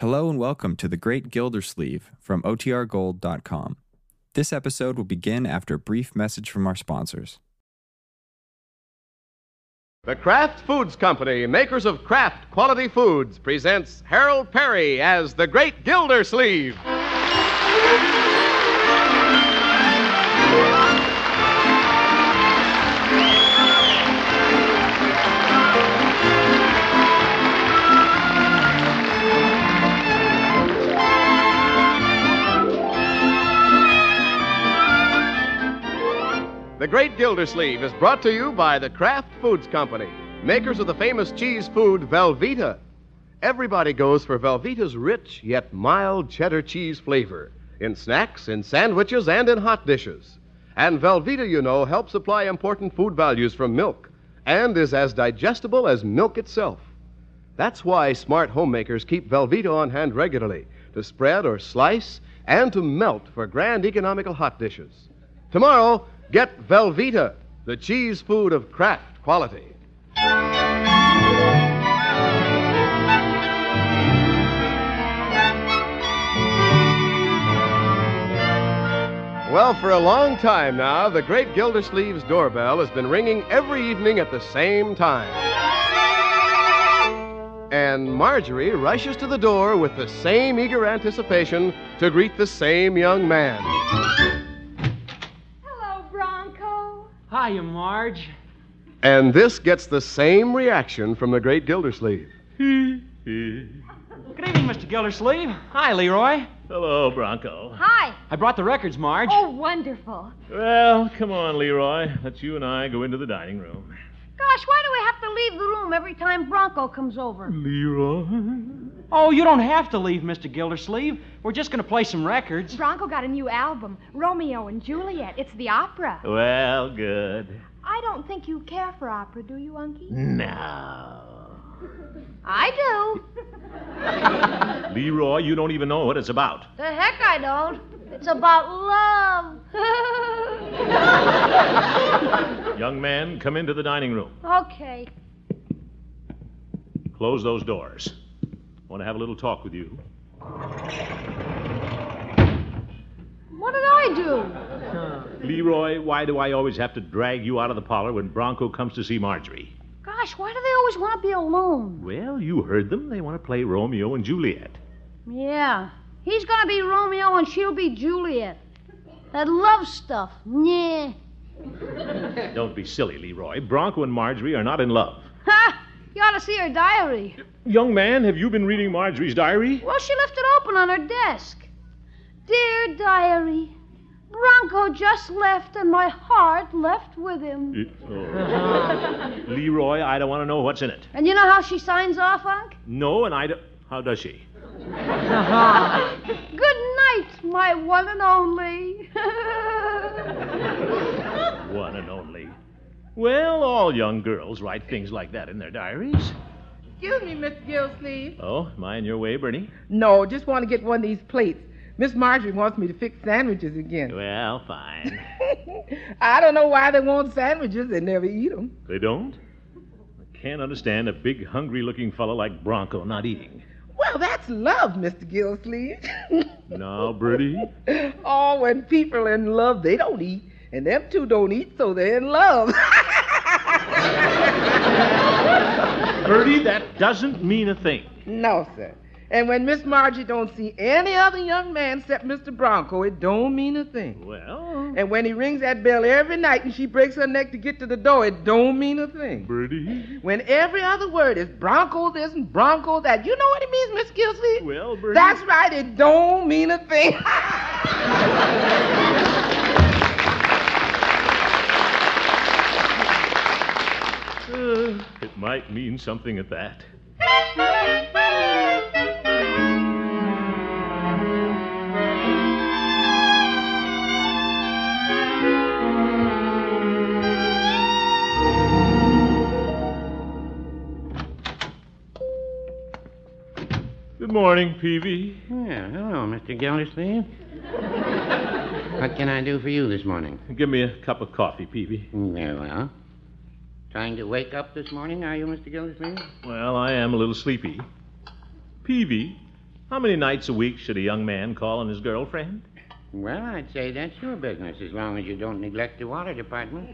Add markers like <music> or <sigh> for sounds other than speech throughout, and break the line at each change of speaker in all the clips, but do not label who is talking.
Hello and welcome to The Great Gildersleeve from OTRGold.com. This episode will begin after a brief message from our sponsors.
The Kraft Foods Company, makers of Kraft quality foods, presents Harold Perry as the Great Gildersleeve. The Great Gildersleeve is brought to you by the Kraft Foods Company, makers of the famous cheese food Velveeta. Everybody goes for Velveeta's rich yet mild cheddar cheese flavor in snacks, in sandwiches, and in hot dishes. And Velveeta, you know, helps supply important food values from milk and is as digestible as milk itself. That's why smart homemakers keep Velveeta on hand regularly to spread or slice and to melt for grand economical hot dishes. Tomorrow, get Velveeta, the cheese food of Kraft quality. Well, for a long time now, the great Gildersleeve's doorbell has been ringing every evening at the same time. And Marjorie rushes to the door with the same eager anticipation to greet the same young man.
Hello, Bronco.
Hiya, Marge.
And this gets the same reaction from the great Gildersleeve.
Good evening, Mr. Gildersleeve. Hi, Leroy.
Hello, Bronco.
Hi.
I brought the records, Marge.
Oh, wonderful.
Well, come on, Leroy. Let's you and I go into the dining room.
Gosh, why do we have to leave the room every time Bronco comes over?
Leroy?
Oh, you don't have to leave, Mr. Gildersleeve. We're just going to play some records.
Bronco got a new album, Romeo and Juliet. It's the opera.
Well, good.
I don't think you care for opera, do you, Unky?
Now.
I do. <laughs>
Leroy, you don't even know what it's about.
The heck I don't. It's about love.
Young man, come into the dining room.
<laughs> okay.
Close those doors. Want to have a little talk with you.
What did I do?
Leroy, why do I always have to drag you out of the parlor when Bronco comes to see Marjorie?
Gosh, why do they always want to be alone?
Well, you heard them. They want to play Romeo and Juliet.
Yeah. He's gonna be Romeo and she'll be Juliet. That love stuff. Yeah.
Don't be silly, Leroy. Bronco and Marjorie are not in love.
Ha! You ought to see her diary.
Young man, have you been reading Marjorie's diary?
Well, she left it open on her desk. Dear diary, Bronco just left and my heart left with him.
oh. Leroy, I don't want to know what's in it.
And you know how she signs off, Unc?
No, and I don't. How does she?
<laughs> Good night, my one and only.
One and only. Well, all young girls write things like that in their diaries.
Excuse me, Miss Gillsleeve.
Oh, am I in your way, Bernie?
No, just want to get one of these plates. Miss Marjorie wants me to fix sandwiches again.
Well, fine.
I don't know why they want sandwiches. They never eat 'em.
they don't? I can't understand a big, hungry looking fellow like Bronco not eating.
Well, that's love, Mr. <laughs> Gillsleeve.
Now, Bertie?
oh, when people in love, they don't eat. And them two don't eat, so they're in love. <laughs>
Bertie, that doesn't mean a thing.
no, sir. And when Miss Marjorie don't see any other young man except Mr. Bronco, it don't mean a thing.
Well,
And when he rings that bell every night and she breaks her neck to get to the door, it don't mean a thing.
Bertie?
When every other word is bronco this and bronco that. You know what it means, Miss Gilsey?
Well, Bertie.
That's right, it don't mean a thing. <laughs>
Uh, it might mean something at that. Good morning, Peavy.
Well, hello, Mr. Gildersleeve. what can I do for you this morning?
Give me a cup of coffee, Peavy.
Very well. Trying to wake up this morning, are you, Mr. Gildersleeve?
Well, I am a little sleepy. Peavy, How many nights a week should a young man call on his girlfriend?
Well, I'd say that's your business as long as you don't neglect the water department.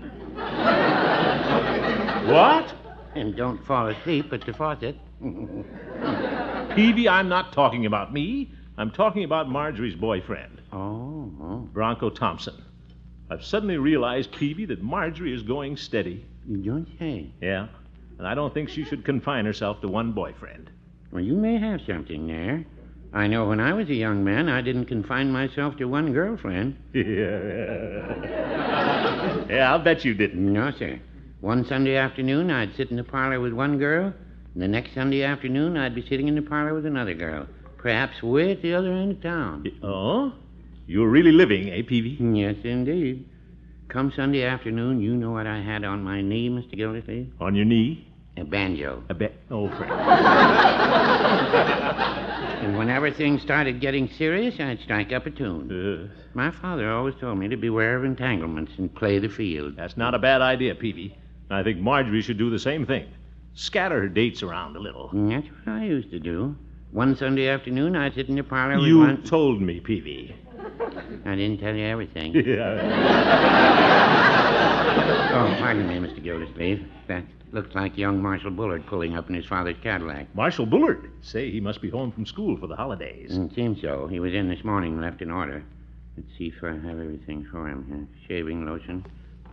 What?
And don't fall asleep at the faucet. <laughs>
Peavy, I'm not talking about me. I'm talking about Marjorie's boyfriend,
Oh, oh.
Bronco Thompson. I've suddenly realized, Peavy, that Marjorie is going steady.
You don't say.
Yeah. And I don't think she should confine herself to one boyfriend. <laughs>
Well, you may have something there. I know when I was a young man, I didn't confine myself to one girlfriend.
yeah, I'll bet you didn't.
No, sir. One Sunday afternoon, I'd sit in the parlor with one girl. And the next Sunday afternoon, I'd be sitting in the parlor with another girl, perhaps way at the other end of town.
Oh? You're really living, eh, Peavy?
Yes, indeed. Come Sunday afternoon, you know what I had on my knee, Mr. Gildersleeve?
On your knee?
A banjo.
I bet. Oh, Frank.
And whenever things started getting serious, I'd strike up a tune.
Uh,
My father always told me to beware of entanglements and play the field.
that's not a bad idea, Peavy. I think Marjorie should do the same thing. Scatter her dates around a little.
And that's what I used to do. One Sunday afternoon, I'd sit in the parlor with
You
one.
told me, Peavy.
I didn't tell you everything.
<laughs> Yeah.
Oh, pardon me, Mr. Gildersleeve. That looks like young Marshal Bullard pulling up in his father's Cadillac.
Marshal Bullard. Say, he must be home from school for the holidays.
It seems so. He was in this morning and left an order. Let's see if I have everything for him here. Shaving lotion,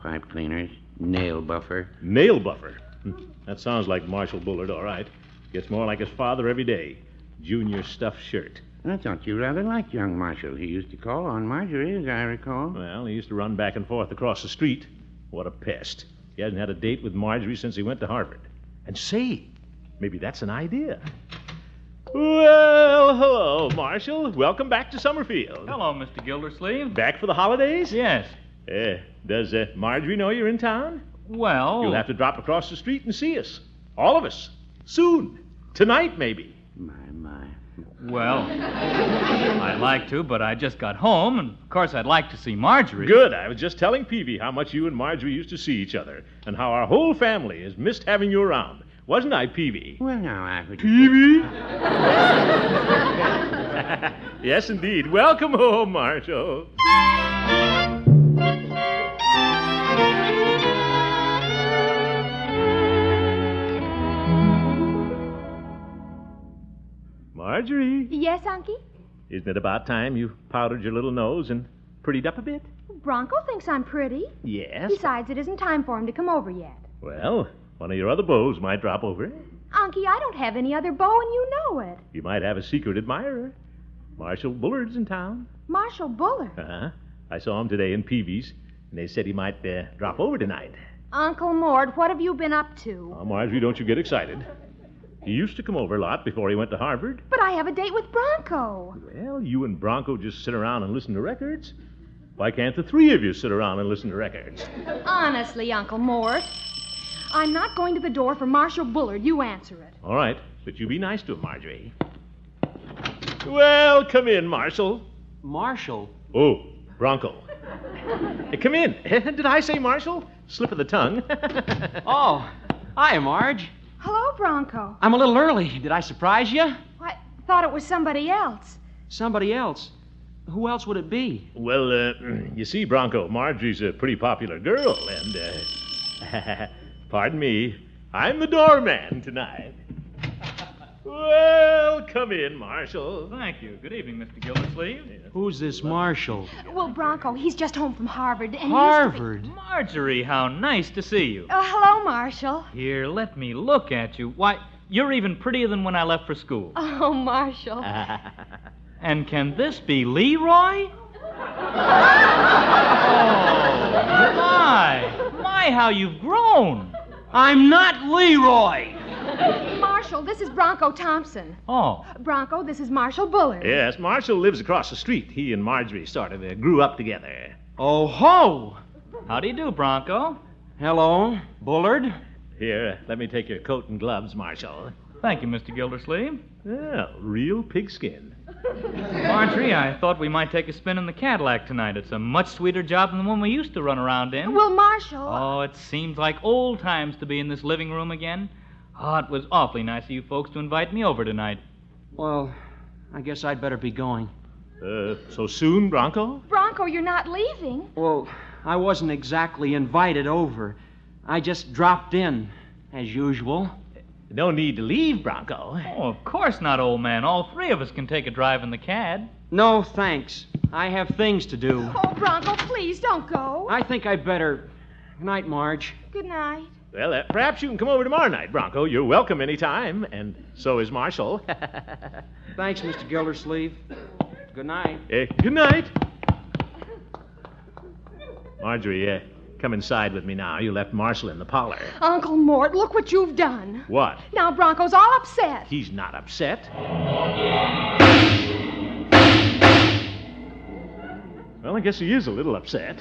pipe cleaners, nail buffer.
Nail buffer. Hmm, That sounds like Marshal Bullard, all right. Gets more like his father every day. Junior stuff shirt.
I thought you rather liked young Marshal. He used to call on Marjorie, as I recall.
Well, he used to run back and forth across the street. What a pest. He hasn't had a date with Marjorie since he went to Harvard. And say, maybe that's an idea. Well, hello, Marshall. Welcome back to Summerfield.
Hello, Mr. Gildersleeve.
Back for the holidays?
Yes.
Eh, does uh, Marjorie know you're in town?
Well,
Oh.
You'll have to drop across the street and see us. All of us. Soon. Tonight, maybe.
My, my.
well, I'd like to, but I just got home, and of course I'd like to see Marjorie.
Good. I was just telling Peavy how much you and Marjorie used to see each other and how our whole family has missed having you around. Wasn't I, Peavy?
Well, now, I would.
Peavy? <laughs> yes, indeed. Welcome home, Marshall. Marjorie,
<laughs> Yes, Unky?
isn't it about time you powdered your little nose and prettied up a bit?
Bronco thinks I'm pretty.
Yes.
Besides, it isn't time for him to come over yet.
Well, one of your other beaux might drop over.
Unky, I don't have any other beau, and you know it.
You might have a secret admirer. Marshall Bullard's in town.
Marshall Bullard.
Uh-huh. I saw him today in Peavy's, and they said he might uh, drop over tonight.
Uncle Mord, what have you been up to?
Oh, Marjorie, don't you get excited. He used to come over a lot before he went to Harvard.
But I have a date with Bronco.
Well, you and Bronco just sit around and listen to records. Why can't the three of you sit around and listen to records?
Honestly, Uncle Mord. I'm not going to the door for Marshall Bullard. You answer it.
All right, but you be nice to him, Marjorie. Well, come in, Marshall.
Marshall,
Oh, Bronco. Hey, come in. <laughs> Did I say Marshall? Slip of the tongue. <laughs>
Oh, hi, Marge.
Hello, Bronco.
I'm a little early. Did I surprise you?
I thought it was somebody else.
Somebody else. Who else would it be?
Well, uh, <clears throat> you see, Bronco, Marjorie's a pretty popular girl, and, uh, <laughs> pardon me, I'm the doorman tonight. Well, come in, Marshall.
Thank you. Good evening, Mr. Gildersleeve.
Who's this Marshall?
Well, Bronco, he's just home from Harvard. And
Harvard.
Marjorie, how nice to see you.
He's... Oh, hello, Marshall.
Here, let me look at you. Why, you're even prettier than when I left for school.
Oh, Marshall.
<laughs> And can this be Leroy? oh, my. My, how you've grown.
I'm not Leroy.
Marshall, this is Bronco Thompson.
Oh,
Bronco, this is Marshall Bullard.
Yes, Marshall lives across the street. He and Marjorie sort of uh, grew up together.
Oh ho!
how do you do, Bronco?
Hello, Bullard.
Here, let me take your coat and gloves, Marshall.
Thank you, Mr. Gildersleeve.
Well, real pigskin.
Marjorie, I thought we might take a spin in the Cadillac tonight. It's a much sweeter job than the one we used to run around in.
Well, Marshall.
Oh, it seems like old times to be in this living room again. Oh, it was awfully nice of you folks to invite me over tonight.
Well, I guess I'd better be going.
Uh, so soon, Bronco?
Bronco, you're not leaving.
Well, I wasn't exactly invited over. I just dropped in, as usual.
No need to leave, Bronco.
Oh, of course not, old man. All three of us can take a drive in the cad.
No, thanks. I have things to do.
Oh, Bronco, please don't go.
I think I'd better. Good night, Marge.
Good night.
Well, uh, perhaps you can come over tomorrow night, Bronco. You're welcome anytime, and so is Marshall.
Thanks, Mr. Gildersleeve. Good night.
Eh, good night. Marjorie, uh, come inside with me now. You left Marshall in the parlor.
Uncle Mort, look what you've done.
What?
Now Bronco's all upset.
He's not upset. Well, I guess he is a little upset.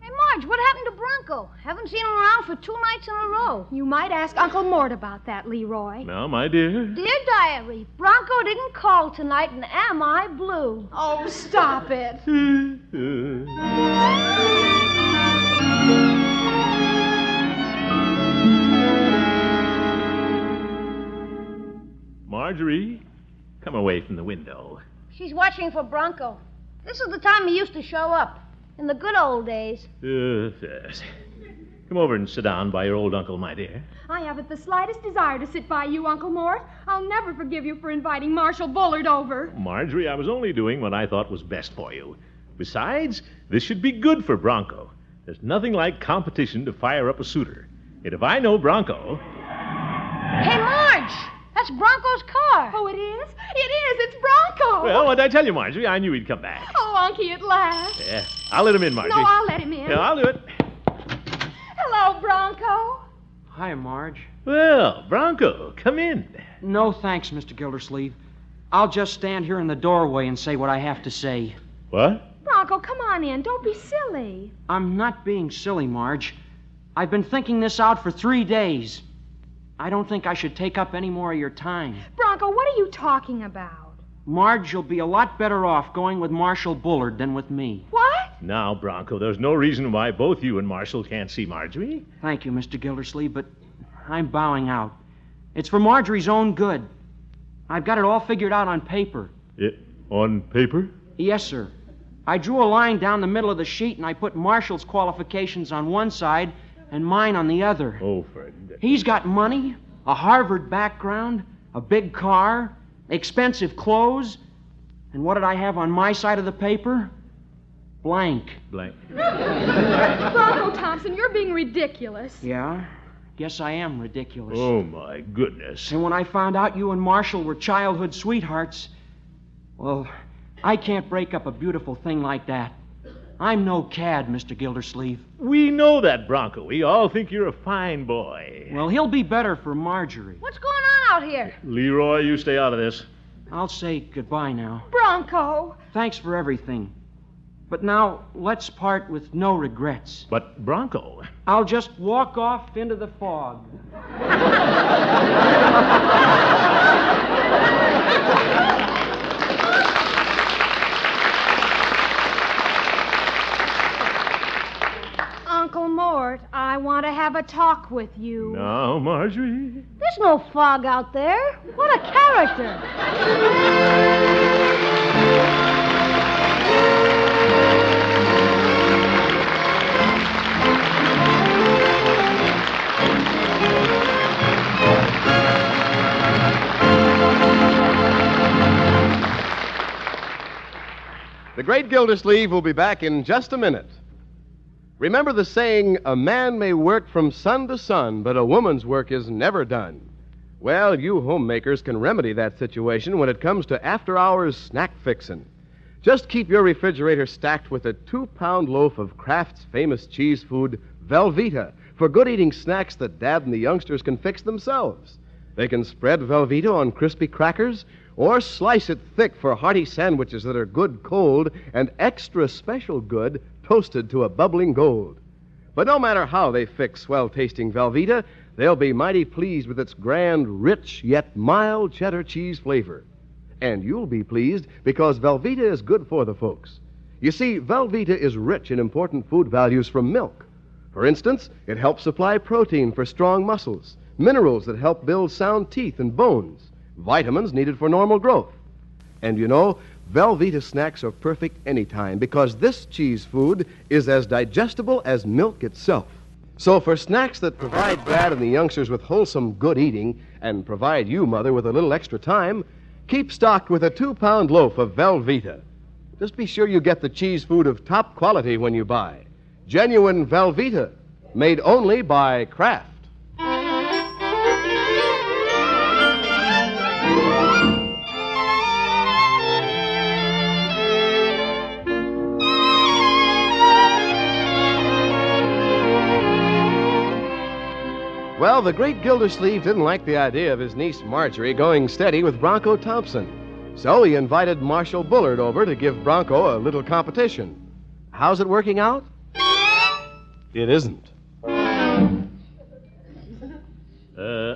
Hey, Marge, what happened to Bronco? Haven't seen him around for two nights in a row.
You might ask Uncle Mort about that, Leroy.
No, my dear.
Dear diary, Bronco didn't call tonight, and am I blue?
Oh, stop it.
Uh, Marjorie, come away from the window.
She's watching for Bronco. This is the time he used to show up, in the good old days.
Uh, yes. Come over and sit down by your old uncle, my dear.
I haven't the slightest desire to sit by you, Uncle Mort. I'll never forgive you for inviting Marshall Bullard over.
Marjorie, I was only doing what I thought was best for you. Besides, this should be good for Bronco. There's nothing like competition to fire up a suitor. And if I know Bronco,
Hey, Marge, that's Bronco's car.
Oh, it is? It is! It's Bronco!
well, what'd I tell you, Marjorie? I knew he'd come back.
Oh, Unky, at last.
Yeah, I'll let him in,
No,
Marjorie.
I'll let him in.
Yeah, I'll do it.
Hello, Bronco.
Hi, Marge.
Well, Bronco, come in.
No, thanks, Mr. Gildersleeve. I'll just stand here in the doorway and say what I have to say.
What?
Bronco, come on in. Don't be silly.
I'm not being silly, Marge. I've been thinking this out for three days. I don't think I should take up any more of your time.
Bronco, what are you talking about?
Marge, you'll be a lot better off going with Marshall Bullard than with me.
What?
Now, Bronco, there's no reason why both you and Marshall can't see Marjorie.
Thank you, Mr. Gildersleeve, but I'm bowing out. It's for Marjorie's own good. I've got it all figured out on paper.
Eh, on paper?
Yes, sir. I drew a line down the middle of the sheet and I put Marshall's qualifications on one side and mine on the other.
Oh, Fred.
He's got money, a Harvard background, a big car, expensive clothes, and what did I have on my side of the paper? Blank.
Blank.
Bronco Thompson, you're being ridiculous.
Yeah? Guess I am ridiculous.
Oh, my goodness.
And when I found out you and Marshall were childhood sweethearts, well, I can't break up a beautiful thing like that. I'm no cad, Mr. Gildersleeve.
We know that, Bronco. We all think you're a fine boy.
Well, he'll be better for Marjorie.
What's going on out here?
Leroy, you stay out of this.
I'll say goodbye now.
Bronco.
Thanks for everything. But now, let's part with no regrets.
But, Bronco.
I'll just walk off into the fog.
Uncle Mort, I want to have a talk with you.
Now, Marjorie.
There's no fog out there. What a character.
The great Gildersleeve will be back in just a minute. Remember the saying, a man may work from sun to sun, but a woman's work is never done. Well, you homemakers can remedy that situation when it comes to after hours snack fixin'. Just keep your refrigerator stacked with a two pound loaf of Kraft's famous cheese food, Velveeta, for good eating snacks that Dad and the youngsters can fix themselves. They can spread Velveeta on crispy crackers or slice it thick for hearty sandwiches that are good cold and extra special good toasted to a bubbling gold. But no matter how they fix swell tasting Velveeta, they'll be mighty pleased with its grand, rich, yet mild cheddar cheese flavor. And you'll be pleased because Velveeta is good for the folks. You see, Velveeta is rich in important food values from milk. For instance, it helps supply protein for strong muscles, minerals that help build sound teeth and bones, vitamins needed for normal growth. And you know, Velveeta snacks are perfect anytime because this cheese food is as digestible as milk itself. So, for snacks that provide Brad and the youngsters with wholesome good eating and provide you, Mother, with a little extra time, keep stocked with a two pound loaf of Velveeta. Just be sure you get the cheese food of top quality when you buy. Genuine Velveeta, made only by Kraft. Well, the great Gildersleeve didn't like the idea of his niece Marjorie going steady with Bronco Thompson. So he invited Marshall Bullard over to give Bronco a little competition. How's it working out? It isn't.
Uh,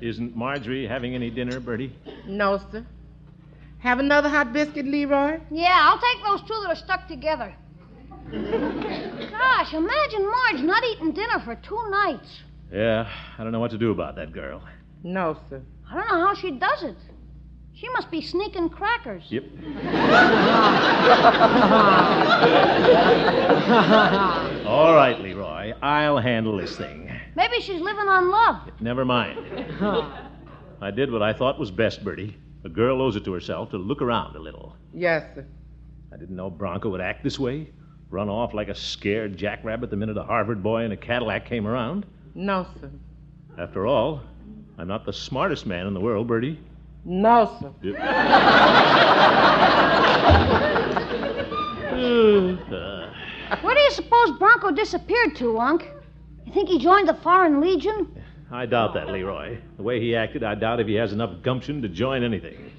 isn't Marjorie having any dinner, Bertie?
No, sir. Have another hot biscuit, Leroy?
Yeah, I'll take those two that are stuck together. Gosh, imagine Marge not eating dinner for two nights.
Yeah, I don't know what to do about that girl.
No, sir.
I don't know how she does it. She must be sneaking crackers.
Yep. All right, Leroy, I'll handle this thing.
Maybe she's living on love.
Never mind. I did what I thought was best, Bertie. A girl owes it to herself to look around a little.
Yes, sir.
I didn't know Bronco would act this way. Run off like a scared jackrabbit the minute a Harvard boy in a Cadillac came around.
No, sir.
After all, I'm not the smartest man in the world, Bertie. <sighs>
No, sir.
Uh,
Where do you suppose Bronco disappeared to, Unc? You think he joined the Foreign Legion?
I doubt that, Leroy. The way he acted, I doubt if he has enough gumption to join anything.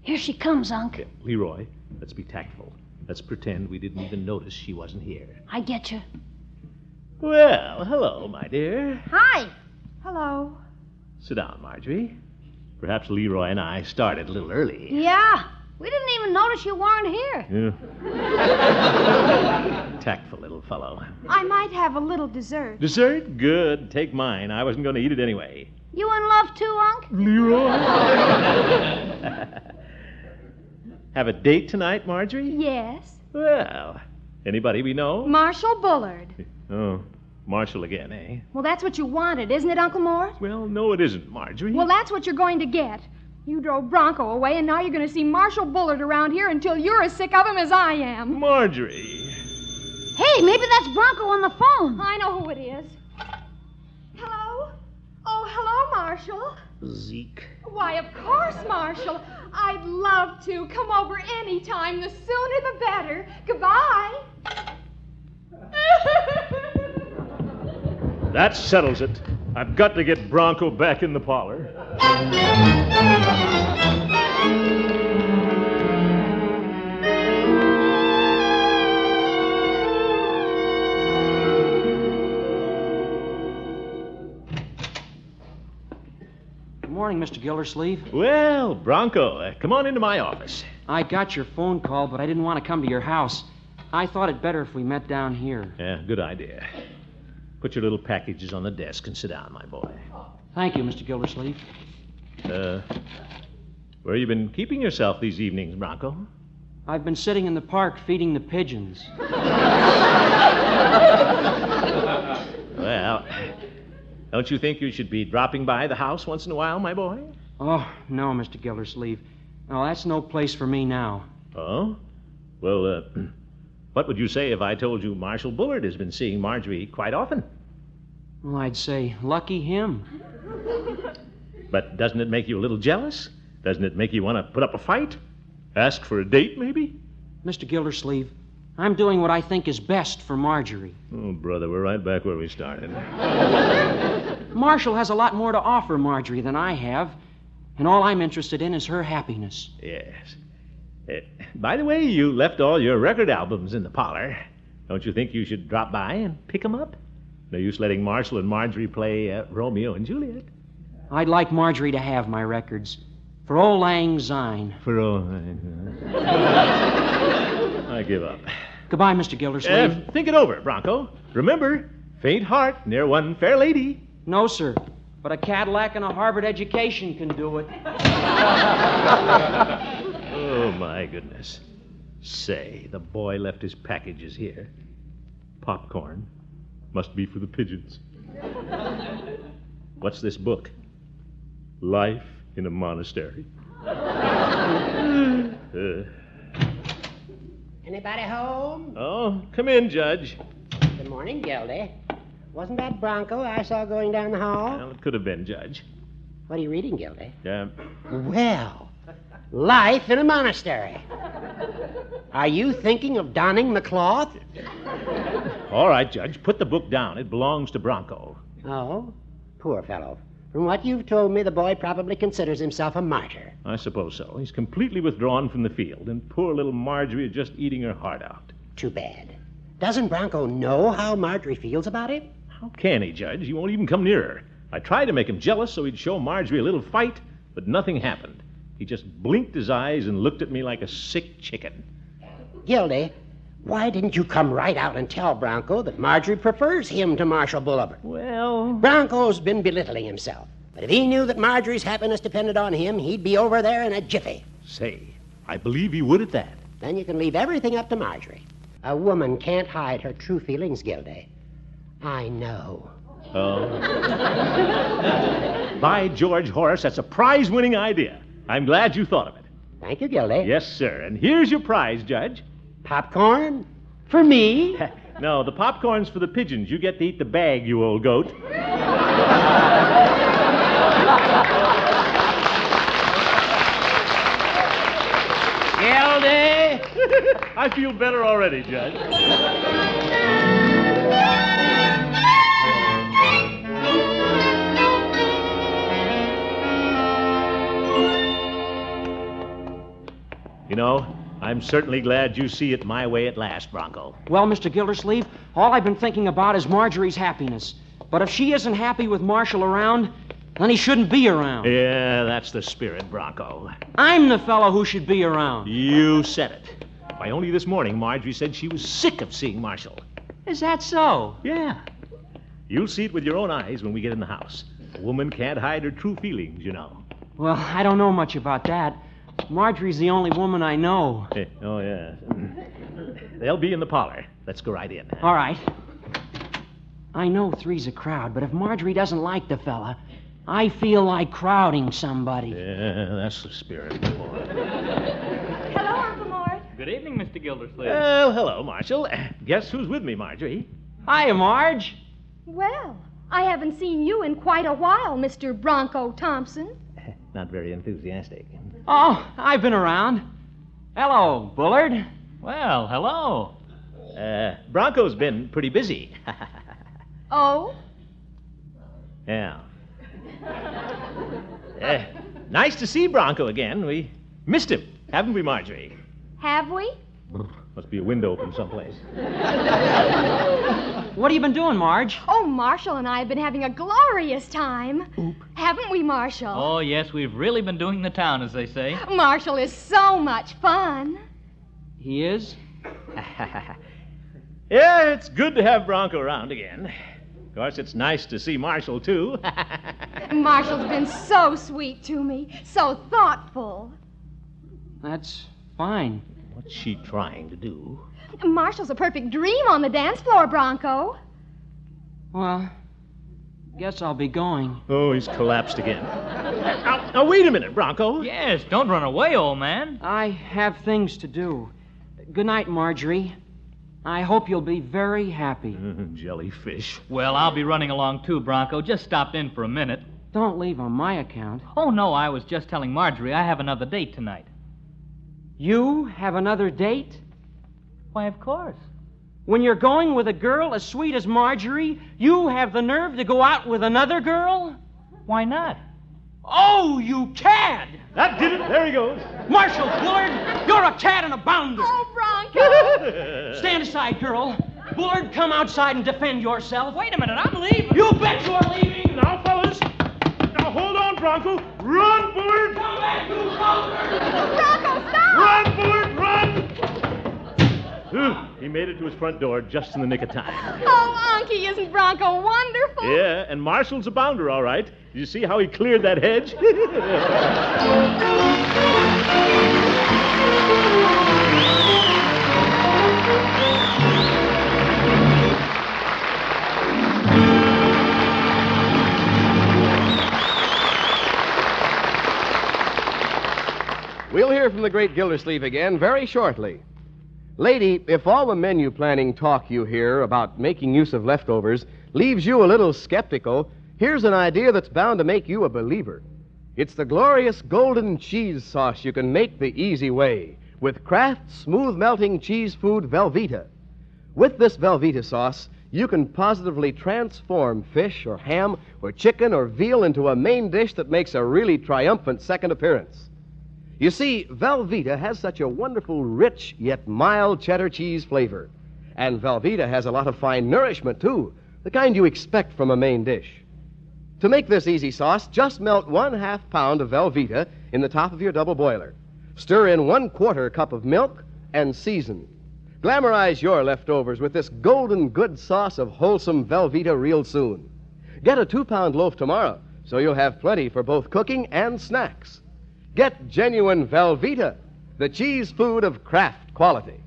Here she comes, Unc.
Leroy, let's be tactful. Let's pretend we didn't even notice she wasn't here.
I get you.
Well, hello, my dear.
Hi.
Hello.
Sit down, Marjorie. Perhaps Leroy and I started a little early. <laughs>
Yeah, we didn't even notice you weren't here.
Yeah. Tactful little fellow.
I might have a little dessert.
Dessert? Good. Take mine. I wasn't going to eat it anyway.
You in love too, Unc?
Have a date tonight, Marjorie?
Yes.
Well, anybody we know?
Marshall Bullard.
Oh, Marshall again, eh?
Well, that's what you wanted, isn't it, Uncle Mort?
Well, no, it isn't, Marjorie.
Well, that's what you're going to get. You drove Bronco away, and now you're going to see Marshall Bullard around here until you're as sick of him as I am.
Marjorie.
Hey, maybe that's Bronco on the phone.
I know who it is. Hello? Oh, hello, Marshall.
Zeke.
Why, of course, Marshall. I'd love to. Come over any time. The sooner the better. Goodbye.
That settles it. I've got to get Bronco back in the parlor.
Good morning, Mr. Gildersleeve.
Well, Bronco, uh, come on into my office.
I got your phone call, but I didn't want to come to your house. I thought it better if we met down here.
Yeah, good idea. Put your little packages on the desk and sit down, my boy.
Thank you, Mr. Gildersleeve.
Uh, where you been keeping yourself these evenings, Bronco?
I've been sitting in the park feeding the pigeons.
Well, don't you think you should be dropping by the house once in a while, my boy?
Oh, no, Mr. Gildersleeve. No, that's no place for me now.
Oh? Well, uh, <clears throat> what would you say if I told you Marshall Bullard has been seeing Marjorie quite often?
Well, I'd say lucky him.
But doesn't it make you a little jealous? Doesn't it make you want to put up a fight? Ask for a date, maybe?
Mr. Gildersleeve, I'm doing what I think is best for Marjorie.
Oh, brother, we're right back where we started.
Marshall has a lot more to offer Marjorie than I have, and all I'm interested in is her happiness.
Yes. Eh, by the way, you left all your record albums in the parlor. Don't you think you should drop by and pick 'em up? No use letting Marshall and Marjorie play uh, Romeo and Juliet.
I'd like Marjorie to have my records. For old Lang Syne.
For all I, <laughs> I give up.
Goodbye, Mr. Gildersleeve.
Uh, think it over, Bronco. Remember, faint heart near one fair lady.
No, sir. But a Cadillac and a Harvard education can do it.
Oh, my goodness. Say, the boy left his packages here. Popcorn. Must be for the pigeons. What's this book? Life in a Monastery. Uh,
Anybody home?
oh, come in, Judge.
Good morning, Gildy. Wasn't that Bronco I saw going down the hall?
Well, it could have been, Judge.
What are you reading, Gildy?
Um,
Well, life in a monastery. Are you thinking of donning the cloth?
all right, Judge, put the book down. It belongs to Bronco.
Oh, poor fellow. From what you've told me, the boy probably considers himself a martyr.
I suppose so. He's completely withdrawn from the field, and poor little Marjorie is just eating her heart out.
Too bad. Doesn't Bronco know how Marjorie feels about him?
How can he, Judge? He won't even come near her. I tried to make him jealous so he'd show Marjorie a little fight, but nothing happened. He just blinked his eyes and looked at me like a sick chicken.
Gildy, why didn't you come right out and tell Bronco that Marjorie prefers him to Marshal Bulliver?
Well,
Bronco's been belittling himself. But if he knew that Marjorie's happiness depended on him, he'd be over there in a jiffy.
say, I believe he would at that.
Then you can leave everything up to Marjorie. A woman can't hide her true feelings, Gildy. I know.
Oh. <laughs> By George Horace, that's a prize winning idea. I'm glad you thought of it.
Thank you, Gildy.
Yes, sir. And here's your prize, Judge.
Popcorn? For me?
No, the popcorn's for the pigeons. You get to eat the bag, you old goat.
Gildy!
<laughs> I feel better already, Judge. You know, I'm certainly glad you see it my way at last, Bronco.
<laughs> Well, Mr. Gildersleeve, all I've been thinking about is Marjorie's happiness. But if she isn't happy with Marshall around, then he shouldn't be around.
Yeah, that's the spirit, Bronco.
I'm the fellow who should be around.
You said it. Why, only this morning, Marjorie said she was sick of seeing Marshall.
Is that so?
Yeah. You'll see it with your own eyes when we get in the house. A woman can't hide her true feelings, you know.
Well, I don't know much about that. Marjorie's the only woman I know.
Eh, Oh, yeah. Mm. They'll be in the parlor. Let's go right in.
All right. I know three's a crowd, but if Marjorie doesn't like the fella, I feel like crowding somebody.
Yeah, that's the spirit.
Hello, Uncle Mort.
Good evening, Mr. Gildersleeve.
Well, hello, Marshall. Guess who's with me, Marjorie?
Hiya, Marge.
Well, I haven't seen you in quite a while, Mr. Bronco Thompson.
Not very enthusiastic.
Oh, I've been around. Hello, Bullard.
Well, hello.
Uh, Bronco's been pretty busy. <laughs>
Oh?
yeah. Eh, nice to see Bronco again. We missed him, haven't we, Marjorie?
Have we?
Must be a window open someplace.
What have you been doing, Marge?
Oh, Marshall and I have been having a glorious time. Haven't we, Marshall?
Oh, yes, we've really been doing the town, as they say. <laughs>
Marshall is so much fun.
He is?
Yeah, it's good to have Bronco around again. Of course, it's nice to see Marshall, too.
Marshall's been so sweet to me, so thoughtful.
<laughs> That's fine.
What's she trying to do?
Marshall's a perfect dream on the dance floor, Bronco.
Well, guess I'll be going.
Oh, he's collapsed again. Now, now, wait a minute, Bronco.
Yes, don't run away, old man.
I have things to do. Good night, Marjorie. I hope you'll be very happy.
Mm-hmm, Jellyfish.
Well, I'll be running along too, Bronco. Just stopped in for a minute.
Don't leave on my account.
Oh, no, I was just telling Marjorie I have another date tonight.
You have another date?
Why, of course.
When you're going with a girl as sweet as Marjorie, you have the nerve to go out with another girl?
Why not?
Oh, you cad!
That did it. There he goes. <laughs>
Marshall Bullard, you're a cad and a bounder!
Oh, <laughs> Bronco!
Stand aside, girl. Bullard, come outside and defend yourself.
Wait a minute, I'm leaving.
You bet you're leaving!
Now, fellas. Now, hold on Bronco! Run, Bullard! Come back, you Bronco, stop! Run, Bullard, run! Whew, he made it to his front door just in the nick of time.
Oh, Unky, isn't Bronco wonderful?
Yeah, and Marshall's a bounder, all right. Did you see how he cleared that hedge? <laughs>
We'll hear from the great Gildersleeve again very shortly. Lady, if all the menu planning talk you hear about making use of leftovers leaves you a little skeptical, here's an idea that's bound to make you a believer. It's the glorious golden cheese sauce you can make the easy way with Kraft's smooth melting cheese food Velveeta. With this Velveeta sauce, you can positively transform fish or ham or chicken or veal into a main dish that makes a really triumphant second appearance. You see, Velveeta has such a wonderful, rich, yet mild cheddar cheese flavor. And Velveeta has a lot of fine nourishment, too, the kind you expect from a main dish. To make this easy sauce, just melt one half pound of Velveeta in the top of your double boiler. Stir in one quarter cup of milk and season. Glamorize your leftovers with this golden good sauce of wholesome Velveeta real soon. Get a two pound loaf tomorrow, so you'll have plenty for both cooking and snacks. Get genuine Velveeta, the cheese food of Kraft quality.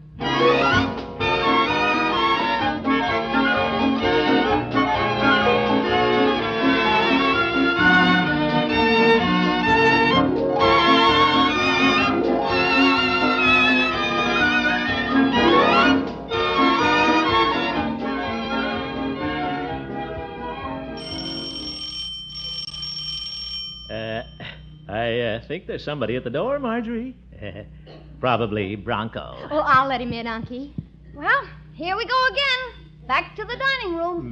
Uh, <laughs> I uh, think there's somebody at the door, Marjorie. <laughs> Probably Bronco.
Well, I'll let him in, Unky.
Well, here we go again. Back to the dining room.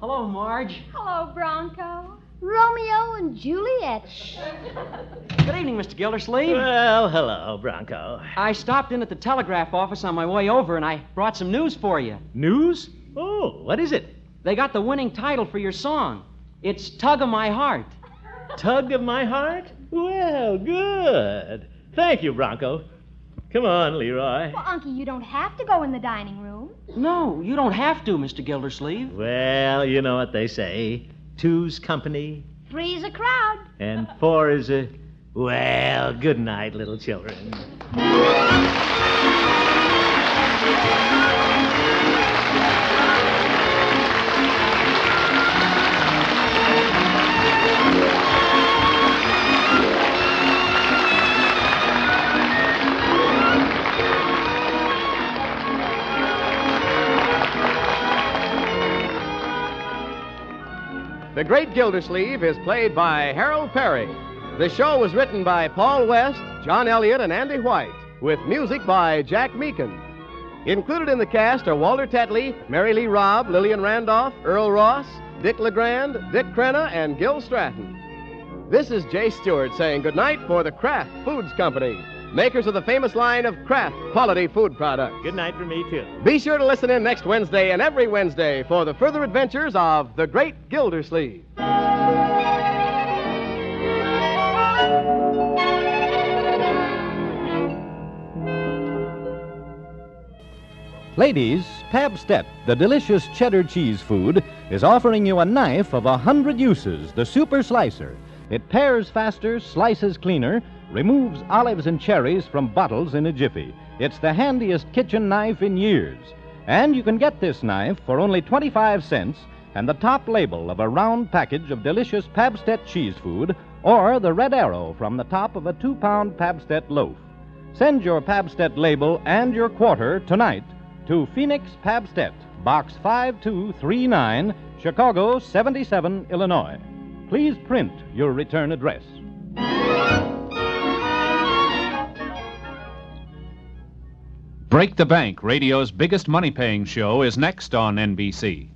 Hello, Marge.
Hello, Bronco.
Romeo and Juliet.
<laughs>
Good evening, Mr. Gildersleeve.
Well, hello, Bronco.
I stopped in at the telegraph office on my way over and I brought some news for you.
News? Oh, what is it?
They got the winning title for your song. It's Tug of My Heart.
Tug of my heart? Well, good. Thank you, Bronco. Come on, Leroy.
Well, Unky, you don't have to go in the dining room.
No, you don't have to, Mr. Gildersleeve.
Well, you know what they say. Two's company,
Three's a crowd.
and four is a. Well, good night, little children.
The Great Gildersleeve is played by Harold Perry. The show was written by Paul West, John Elliott, and Andy White, with music by Jack Meakin. Included in the cast are Walter Tetley, Mary Lee Robb, Lillian Randolph, Earl Ross, Dick LeGrand, Dick Crenna, and Gil Stratton. This is Jay Stewart saying goodnight for the Kraft Foods Company, makers of the famous line of Kraft quality food products.
Good night for me, too.
Be sure to listen in next Wednesday and every Wednesday for the further adventures of the Great Gildersleeve.
Ladies, Pab Step, the delicious cheddar cheese food, is offering you a knife of a hundred uses, the Super Slicer. It pairs faster, slices cleaner, removes olives and cherries from bottles in a jiffy. It's the handiest kitchen knife in years. And you can get this knife for only 25 cents and the top label of a round package of delicious Pabstet cheese food or the red arrow from the top of a two pound Pabstet loaf. Send your Pabstet label and your quarter tonight to Phoenix Pabstet, Box 5239, Chicago 77, Illinois. Please print your return address.
Break the Bank, radio's biggest money paying show, is next on NBC.